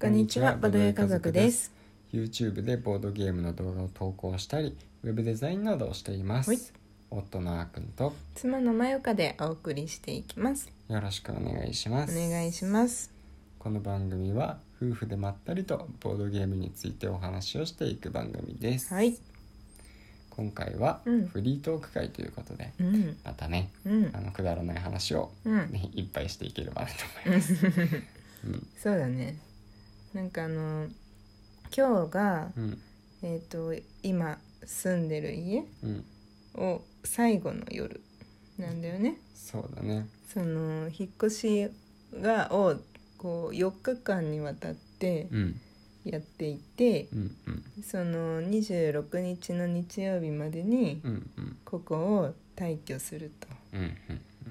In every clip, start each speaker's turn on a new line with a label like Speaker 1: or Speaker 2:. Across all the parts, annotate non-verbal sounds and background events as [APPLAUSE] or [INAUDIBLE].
Speaker 1: こんにちは、ボドゲ家族です。
Speaker 2: YouTube でボードゲームの動画を投稿したりウェブデザインなどをしていま
Speaker 1: はい
Speaker 2: す夫のあーくんと
Speaker 1: 妻のまゆかでお送りしていきます。
Speaker 2: よろしくお願いしま
Speaker 1: お
Speaker 2: す
Speaker 1: 願いします。
Speaker 2: この番組は夫婦でまったりとボードゲームについてお話をしていく番組です、
Speaker 1: はい。
Speaker 2: 今回は
Speaker 1: うん
Speaker 2: フリートーク会ということで、
Speaker 1: うん。
Speaker 2: またね
Speaker 1: うん
Speaker 2: あ。のくだらない話を、
Speaker 1: うん。
Speaker 2: ねいっぱいしていければなと思います、うん
Speaker 1: [LAUGHS] そうだね。なんかあの、今日が、
Speaker 2: うん
Speaker 1: えっ、と、今住んでる家
Speaker 2: うん、
Speaker 1: を最後の夜なんだよね。
Speaker 2: そうだね
Speaker 1: その、引っ越しが、を、こう、4日間にわたって
Speaker 2: うん
Speaker 1: やっていて、
Speaker 2: うんうん
Speaker 1: その26日の日曜日までに、
Speaker 2: うんうん
Speaker 1: ここを退去すると。
Speaker 2: うん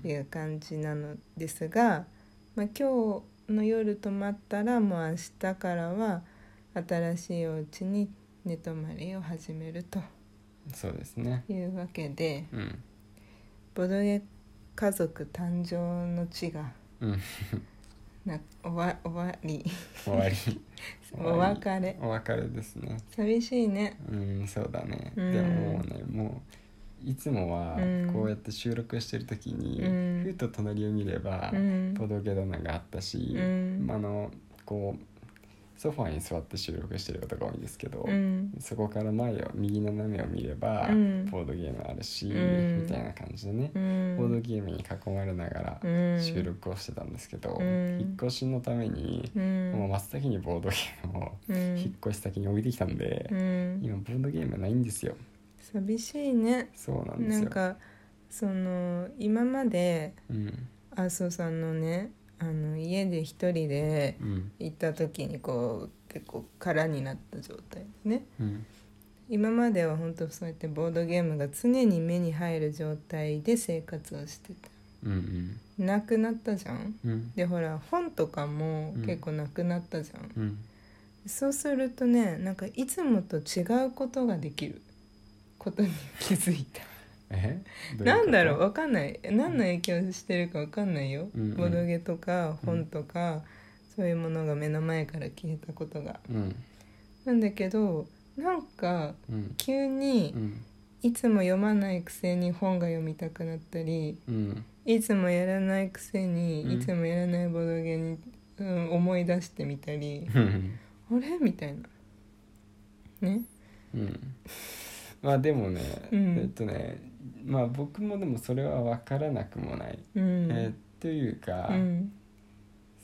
Speaker 2: うん
Speaker 1: いう感じなのですが、まあ、今日の夜泊まったらもう明日からは新しいお家に寝泊まりを始めると
Speaker 2: そうですね
Speaker 1: いうわけで
Speaker 2: うん
Speaker 1: ボドゲ家族誕生の地が
Speaker 2: うん
Speaker 1: な終わ終わり
Speaker 2: 終わり終
Speaker 1: お
Speaker 2: わり
Speaker 1: 別れ
Speaker 2: お別れですね
Speaker 1: 寂しいね
Speaker 2: うんそうだね、
Speaker 1: うん
Speaker 2: でももうねもういつもは
Speaker 1: うん
Speaker 2: こうやって収録してる時に、
Speaker 1: うん
Speaker 2: ふと隣を見れば、
Speaker 1: うん
Speaker 2: ボドゲ棚があったし、
Speaker 1: うん
Speaker 2: まああのこうソファーに座って収録してることが多いんですけど、
Speaker 1: うん
Speaker 2: そこから前を右斜めを見れば、
Speaker 1: うん
Speaker 2: ボードゲームあるし、
Speaker 1: うん
Speaker 2: みたいな感じでね
Speaker 1: う、
Speaker 2: ボード
Speaker 1: ん
Speaker 2: ゲームに囲まれなが
Speaker 1: う
Speaker 2: ら
Speaker 1: ん
Speaker 2: 収録をしてたんですけど、
Speaker 1: うん
Speaker 2: 引っ越しのために、
Speaker 1: うん
Speaker 2: もう真っ先にボードゲームを
Speaker 1: うん
Speaker 2: 引っ越し先に置いてきたんで、
Speaker 1: うん
Speaker 2: 今ボードゲームないんですよ
Speaker 1: 寂しいね
Speaker 2: そうなんです
Speaker 1: な
Speaker 2: よ
Speaker 1: んかその今まで
Speaker 2: うん
Speaker 1: 麻生さんのねあの家で一人で
Speaker 2: うん
Speaker 1: 行った時にこう結構空になった状態ですね
Speaker 2: うん
Speaker 1: 今までは本当そうやってボードゲームが常に目に入る状態で生活をしてた
Speaker 2: うん
Speaker 1: なくなったじゃん
Speaker 2: うんうん
Speaker 1: でほら本とかも
Speaker 2: うん
Speaker 1: 結構なくなったじゃん、
Speaker 2: うん
Speaker 1: そうするとねなんかいつもと違うことができることに気づいた
Speaker 2: えどういうこ
Speaker 1: な
Speaker 2: と
Speaker 1: んだろうわかんない何の影響してるかわかんないよ、
Speaker 2: うんうん
Speaker 1: ボドゲとか本とか、そういうものが目の前から消えたことが
Speaker 2: うん
Speaker 1: なんだけどなんか
Speaker 2: うん
Speaker 1: 急に
Speaker 2: うん
Speaker 1: いつも読まないくせに本が読みたくなったり
Speaker 2: うん
Speaker 1: いつもやらないくせ
Speaker 2: うん
Speaker 1: にいつもやらないボドゲに、うん、思い出してみたり
Speaker 2: うん
Speaker 1: あれみたいなね
Speaker 2: うんまあでもね、
Speaker 1: うん
Speaker 2: えっとねまあ僕もでもそれは分からなくもない、
Speaker 1: うん、
Speaker 2: えーというか、
Speaker 1: うん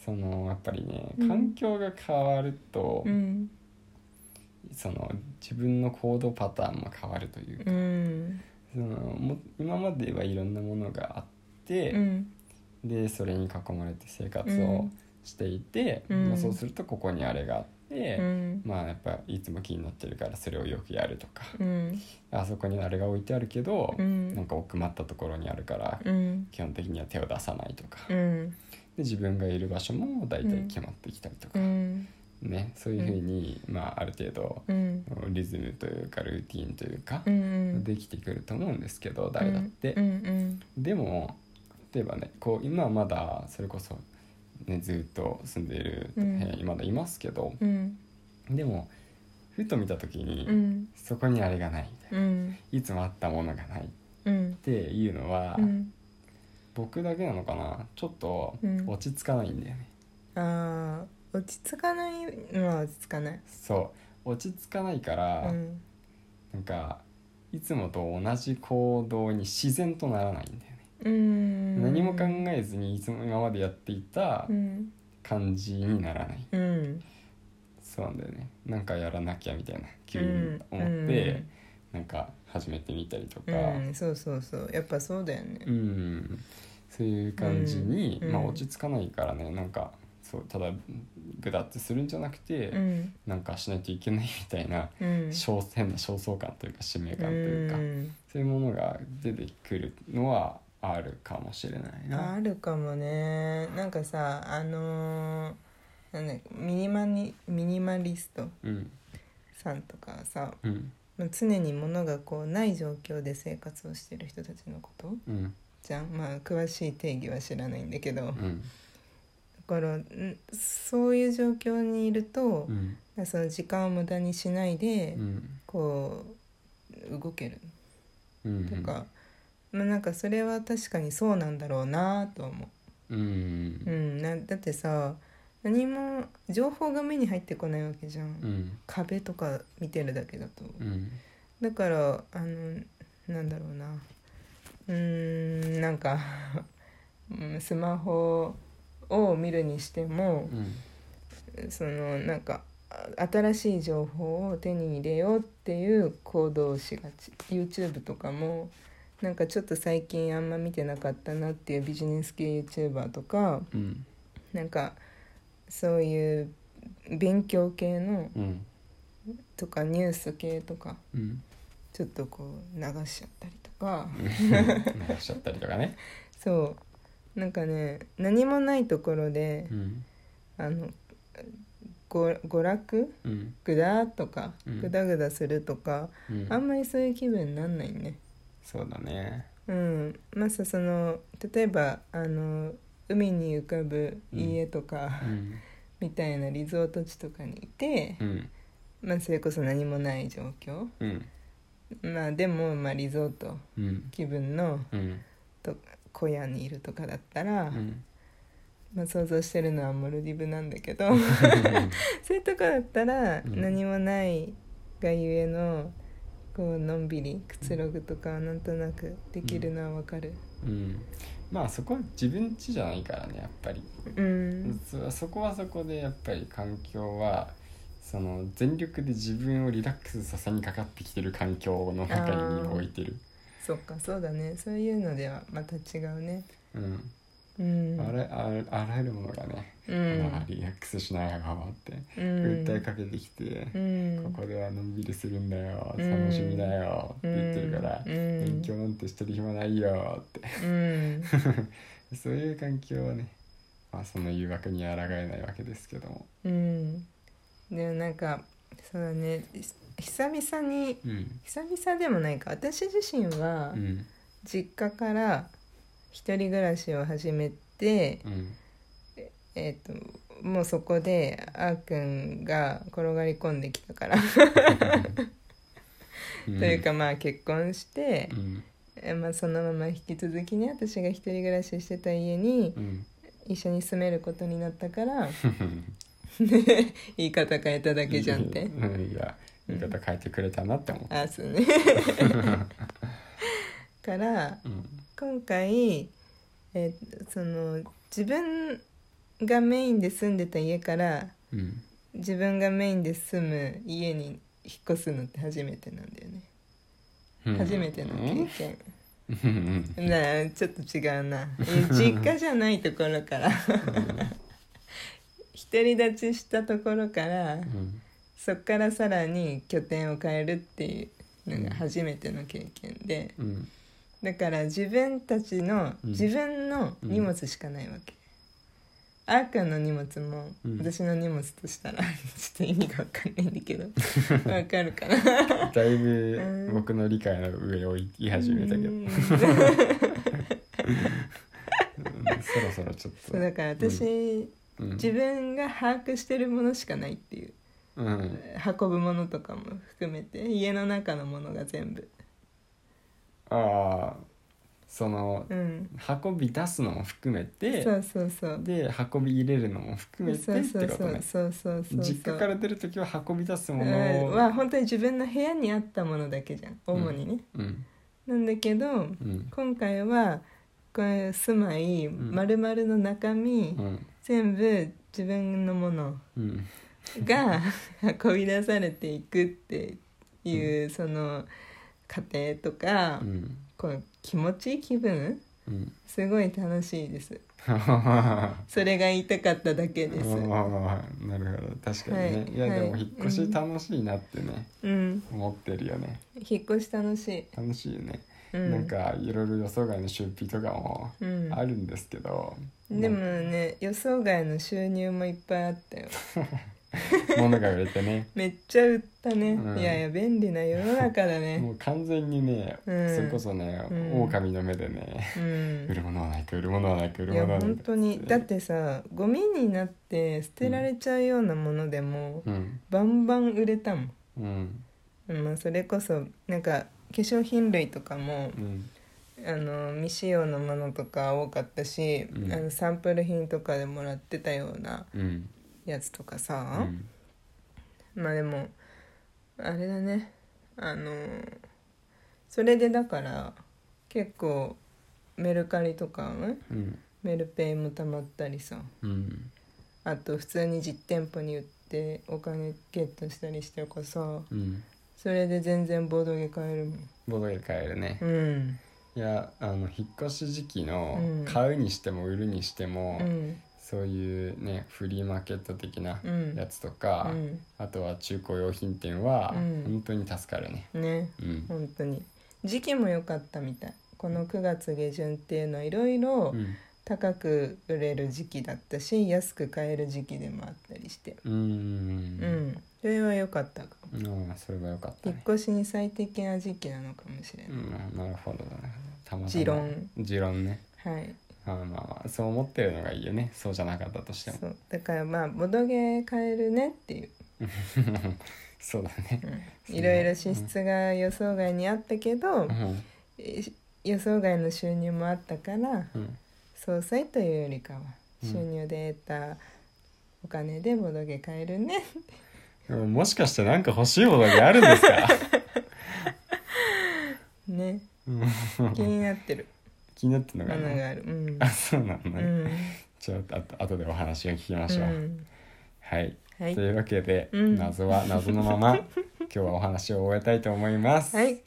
Speaker 2: そのやっぱりね
Speaker 1: うん
Speaker 2: 環境が変わると、
Speaker 1: うん
Speaker 2: その自分の行動パターンも変わるというか
Speaker 1: うん
Speaker 2: そのも今まではいろんなものがあって、
Speaker 1: うん
Speaker 2: でそれに囲まれて生活
Speaker 1: う
Speaker 2: を
Speaker 1: ん
Speaker 2: していて、
Speaker 1: うん
Speaker 2: まあ、そうするとここにあれがあって、
Speaker 1: うん
Speaker 2: まあやっぱいつも気になってるからそれをよくやるとか、
Speaker 1: うん
Speaker 2: あそこにあれが置いてあるけど、
Speaker 1: うん
Speaker 2: なんか奥まったところにあるから、
Speaker 1: うん
Speaker 2: 基本的には手を出さないとか、
Speaker 1: う
Speaker 2: で
Speaker 1: ん
Speaker 2: 自分がいる場所も大体決まってきたりと
Speaker 1: う
Speaker 2: か、
Speaker 1: ん
Speaker 2: ね、そういうふうに、まあ、ある程度
Speaker 1: うん
Speaker 2: リズムというかルーティンというか、
Speaker 1: うん
Speaker 2: できてくると思うんですけど誰だって。
Speaker 1: うん
Speaker 2: でも例えばねこう今はまだそれこそ、ね、ずっと住んでいる部
Speaker 1: うん
Speaker 2: 屋にまだいますけど、
Speaker 1: うん
Speaker 2: でもふと見た時に、
Speaker 1: うん
Speaker 2: そこにあれがないみたいな
Speaker 1: うん
Speaker 2: いつもあったものがないっ
Speaker 1: うん
Speaker 2: ていうのは、
Speaker 1: うん
Speaker 2: 僕だけなのかなちょっと
Speaker 1: うん
Speaker 2: 落ち着かないんだよね。
Speaker 1: あー落ち着かないのは落ち着かない
Speaker 2: そう落ち着かないから、
Speaker 1: うん
Speaker 2: なんかいつもと同じ行動に自然とならないんだよね。
Speaker 1: うん
Speaker 2: 何も考えずにいつも今までやっていた
Speaker 1: うん
Speaker 2: 感じにならない。
Speaker 1: うん
Speaker 2: そうなんだよねなんかやらなきゃみたいな急に思って、なんか始めてみたりとか
Speaker 1: う、ん、うん、そうそうそうやっぱそうだよ
Speaker 2: う
Speaker 1: ね
Speaker 2: んそういう感じに、
Speaker 1: うん
Speaker 2: まあ、
Speaker 1: うん
Speaker 2: 落ち着かないからねなんかそうただぐだってするんじゃなくて、
Speaker 1: うん
Speaker 2: なんかしないといけないみたいな
Speaker 1: うん
Speaker 2: 小変な焦燥感というか使命
Speaker 1: う
Speaker 2: 感というか、
Speaker 1: ん
Speaker 2: そういうものが出てくるのはあるかもしれないな。
Speaker 1: あるかもねなんかさあのーなんだっけミニマニミニマリスト
Speaker 2: うん
Speaker 1: さんとかさ
Speaker 2: うん
Speaker 1: まあ常に物がこうない状況で生活をしてる人たちのこと
Speaker 2: うん
Speaker 1: じゃんまあ詳しい定義は知らないんだけど、
Speaker 2: うん
Speaker 1: からんそういう状況にいると
Speaker 2: う、ん
Speaker 1: その時間を無駄にしないで、
Speaker 2: うん
Speaker 1: こう動ける
Speaker 2: うん
Speaker 1: とか、まあ、なんかそれは確かにそうなんだろうなとは思
Speaker 2: うんう
Speaker 1: う、うんん、なだってさ何も情報が目に入ってこないわけじゃん、
Speaker 2: うん
Speaker 1: 壁とか見てるだけだと
Speaker 2: うん
Speaker 1: だからあのなんだろうなうーんなんかうんスマホを見るにしても
Speaker 2: うん
Speaker 1: そのなんかあ新しい情報を手に入れようっていう行動をしがち YouTube とかもなんかちょっと最近あんま見てなかったなっていうビジネス系 YouTuber とか
Speaker 2: うん
Speaker 1: なんかそういう勉強系の
Speaker 2: うん
Speaker 1: とかニュース系とか
Speaker 2: うん
Speaker 1: ちょっとこう流しちゃったりとか
Speaker 2: 流しちゃったりとかね。
Speaker 1: そうなんかね何もないところで
Speaker 2: うん
Speaker 1: あのご娯楽
Speaker 2: うん
Speaker 1: グダとか
Speaker 2: うん
Speaker 1: グダグダするとか、
Speaker 2: うん
Speaker 1: あんまりそういう気分になんないね
Speaker 2: そうだね。
Speaker 1: うんまずその例えばあの海に浮かぶ家とか、
Speaker 2: うん
Speaker 1: みたいなリゾート地とかにいて
Speaker 2: う、ん
Speaker 1: まあ、それこそ何もない状況
Speaker 2: うん
Speaker 1: まあでも、まあ、リゾート
Speaker 2: うん
Speaker 1: 気分の
Speaker 2: うん
Speaker 1: 小屋にいるとかだったら、
Speaker 2: うん
Speaker 1: まあ、想像してるのはモルディブなんだけど [LAUGHS]
Speaker 2: [LAUGHS] うん
Speaker 1: そういうとこだったら
Speaker 2: うん
Speaker 1: 何もないがゆえのこうのんびりくつろぐとかはなんとなくできるのはわかる。
Speaker 2: うんまあそこは自分家じゃないからねやっぱり。
Speaker 1: うん
Speaker 2: そそこはそこでやっぱり環境はその全力で自分をリラックスさせにかかってきてる環境の中に身を置いてる、
Speaker 1: そっかそうだねそういうのではまた違うね
Speaker 2: うん
Speaker 1: うん
Speaker 2: あらあらあらゆるものがね、
Speaker 1: うん
Speaker 2: まあ、リラックスしながらって
Speaker 1: うん
Speaker 2: 訴えかけてきて、
Speaker 1: うん
Speaker 2: ここではのんびりするんだよ、
Speaker 1: うん
Speaker 2: 楽しみだよって言ってるから、
Speaker 1: うん
Speaker 2: 勉強なんてしてる暇ないよって [LAUGHS]
Speaker 1: うん
Speaker 2: そういう環境はね、まあ、その誘惑に抗えないわけですけども、
Speaker 1: うんでもなんかそうだねひ久々に
Speaker 2: うん
Speaker 1: 久々でもないか私自身は
Speaker 2: うん
Speaker 1: 実家から一人暮らしを始めて、
Speaker 2: うん
Speaker 1: えー、ともうそこであーくんが転がり込んできたから
Speaker 2: う
Speaker 1: [LAUGHS]
Speaker 2: ん、
Speaker 1: というかまあ結婚して
Speaker 2: う、ん
Speaker 1: えまあ、そのまま引き続きね私が一人暮らししてた家に
Speaker 2: うん
Speaker 1: 一緒に住めることになったから言い方変えただけじゃんって
Speaker 2: うん [LAUGHS] いや言い方変えてくれたなって思っ
Speaker 1: あそうねから
Speaker 2: たうん
Speaker 1: 今回、えーその自分がメインで住んでた家から
Speaker 2: うん
Speaker 1: 自分がメインで住む家に引っ越すのって初めてなんだよね、
Speaker 2: うん
Speaker 1: 初めての経験、
Speaker 2: うん
Speaker 1: なあちょっと違うなえ
Speaker 2: [LAUGHS]
Speaker 1: 実家じゃないところから [LAUGHS] 独り立ちしたところから
Speaker 2: うん
Speaker 1: そっからさらに拠点を変えるっていうのが初めての経験で
Speaker 2: うん
Speaker 1: だから自分たちの、
Speaker 2: うん
Speaker 1: 自分の荷物しかないわけ、あーくんの荷物も、
Speaker 2: うん
Speaker 1: 私の荷物としたら [LAUGHS] ちょっと意味が分かんないんだけ
Speaker 2: [LAUGHS]
Speaker 1: どわかるかな
Speaker 2: だいぶ僕の理解の上を行き始めたけど、
Speaker 1: う
Speaker 2: [LAUGHS] うん
Speaker 1: ん
Speaker 2: そろそろちょっ
Speaker 1: そ
Speaker 2: と
Speaker 1: うだから私、
Speaker 2: うん
Speaker 1: 自分が把握してるものしかないっていう、
Speaker 2: うん
Speaker 1: 運ぶものとかも含めて家の中のものが全部
Speaker 2: ああその
Speaker 1: うん
Speaker 2: 運び出すのも含めて
Speaker 1: そうそうそう
Speaker 2: で運び入れるのも含めて
Speaker 1: そう
Speaker 2: っ
Speaker 1: そう
Speaker 2: てこ
Speaker 1: そ
Speaker 2: と
Speaker 1: う
Speaker 2: ね
Speaker 1: そうそうそう
Speaker 2: 実家から出る時は運び出すも
Speaker 1: うん
Speaker 2: のを
Speaker 1: は本当に自分の部屋にあったものだけじゃん主にね、
Speaker 2: うん
Speaker 1: なんだけど
Speaker 2: うん
Speaker 1: 今回はこれ住まい
Speaker 2: ん
Speaker 1: 丸々の中身、
Speaker 2: うん
Speaker 1: 全部自分のもの
Speaker 2: うん
Speaker 1: が運び出されていくっていう、その過程とか、
Speaker 2: うん
Speaker 1: こう気持ちいい気分
Speaker 2: うん
Speaker 1: すごい楽しいです
Speaker 2: あ
Speaker 1: それが言いたかっただけです
Speaker 2: あ [LAUGHS] なるほど確かにね、
Speaker 1: はい
Speaker 2: い、や
Speaker 1: はい
Speaker 2: でも引っ越し楽しいなってね、
Speaker 1: うん
Speaker 2: 思ってるよね
Speaker 1: 引っ越し楽しい、
Speaker 2: 楽しいよね、
Speaker 1: うん、
Speaker 2: なんかいろいろ予想外の出費とかも
Speaker 1: うん
Speaker 2: あるんですけど、
Speaker 1: でもね予想外の収入もいっぱいあったよ
Speaker 2: ものが売れてね
Speaker 1: めっちゃ売ったね、
Speaker 2: うん
Speaker 1: いやいや便利な世の中だね
Speaker 2: [LAUGHS] もう完全にね、
Speaker 1: うん
Speaker 2: それこそね、
Speaker 1: うん
Speaker 2: 狼の目でね、
Speaker 1: う
Speaker 2: 売
Speaker 1: ん
Speaker 2: るものはないか売るものはないか売る
Speaker 1: い
Speaker 2: も
Speaker 1: や
Speaker 2: のはない
Speaker 1: 本
Speaker 2: か
Speaker 1: 当にだってさゴミになって捨てられちゃうようなものでも、
Speaker 2: うん
Speaker 1: バンバン売れたもん、
Speaker 2: うん
Speaker 1: まあ、それこそなんか化粧品類とかも
Speaker 2: うん
Speaker 1: あの未使用のものとか多かったし、
Speaker 2: うん
Speaker 1: あのサンプル品とかでもらってたような
Speaker 2: うん
Speaker 1: やつとか
Speaker 2: う
Speaker 1: さ、
Speaker 2: ん
Speaker 1: まあでもあれだねあのそれでだから結構メルカリとかん
Speaker 2: うん
Speaker 1: メルペイもたまったりさ
Speaker 2: うん
Speaker 1: あと普通に実店舗に売ってお金ゲットしたりしてるからさ
Speaker 2: うん
Speaker 1: それで全然ボードゲ買えるもん
Speaker 2: ボドゲ買えるね、
Speaker 1: うん
Speaker 2: いやあの引っ越し時期の
Speaker 1: うん
Speaker 2: 買うにしても売るにしても、
Speaker 1: うん
Speaker 2: そういうねフリーマーケット的な
Speaker 1: うん
Speaker 2: やつとか、
Speaker 1: う
Speaker 2: あとは中古用品店は
Speaker 1: うん
Speaker 2: 本当に助かるね、
Speaker 1: んね
Speaker 2: うん
Speaker 1: 本当に時期も良かったみたいこの9月下旬っていうのはいろいろ
Speaker 2: うん
Speaker 1: 高く売れる時期だったし安く買える時期でもあったりして
Speaker 2: うん
Speaker 1: うん、それは良かったかも
Speaker 2: うんそれは良かった
Speaker 1: 引っ
Speaker 2: ね、
Speaker 1: 越しに最適な時期なのかもしれ
Speaker 2: う
Speaker 1: ない、
Speaker 2: ん、なるほどだねたまたま
Speaker 1: 持論
Speaker 2: 持論ね
Speaker 1: はい
Speaker 2: まあまあまあそう思ってるのがいいよねそうじゃなかったとして
Speaker 1: そ
Speaker 2: も
Speaker 1: うだからまあボドゲ買えるねっていう、
Speaker 2: そうだね
Speaker 1: うん、いろいろ支出が予想外にあったけど、
Speaker 2: うん
Speaker 1: え予想外の収入もあったから
Speaker 2: うん
Speaker 1: 総裁というよりかは
Speaker 2: うん
Speaker 1: 収入で得たお金でボドゲ買えるね、
Speaker 2: でももしかしてなんか欲しいものがあるんです
Speaker 1: [LAUGHS]
Speaker 2: か
Speaker 1: ね
Speaker 2: [LAUGHS] うん
Speaker 1: 気になってる
Speaker 2: 気になってんのか
Speaker 1: 穴
Speaker 2: な
Speaker 1: があるうん
Speaker 2: [LAUGHS] あそうなの
Speaker 1: う
Speaker 2: ね、
Speaker 1: ん
Speaker 2: ちょっとあと後でお話を聞きましょう、
Speaker 1: うん
Speaker 2: はい、
Speaker 1: はい
Speaker 2: というわけで、
Speaker 1: うん
Speaker 2: 謎は謎のま
Speaker 1: [LAUGHS]
Speaker 2: ま今日はお話を終えたいと思います、
Speaker 1: はい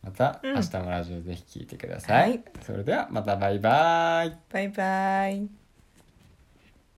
Speaker 2: また、
Speaker 1: うん
Speaker 2: 明日のラジオぜひ聞いてください、
Speaker 1: はい
Speaker 2: それではまたバイバイ
Speaker 1: バイバイ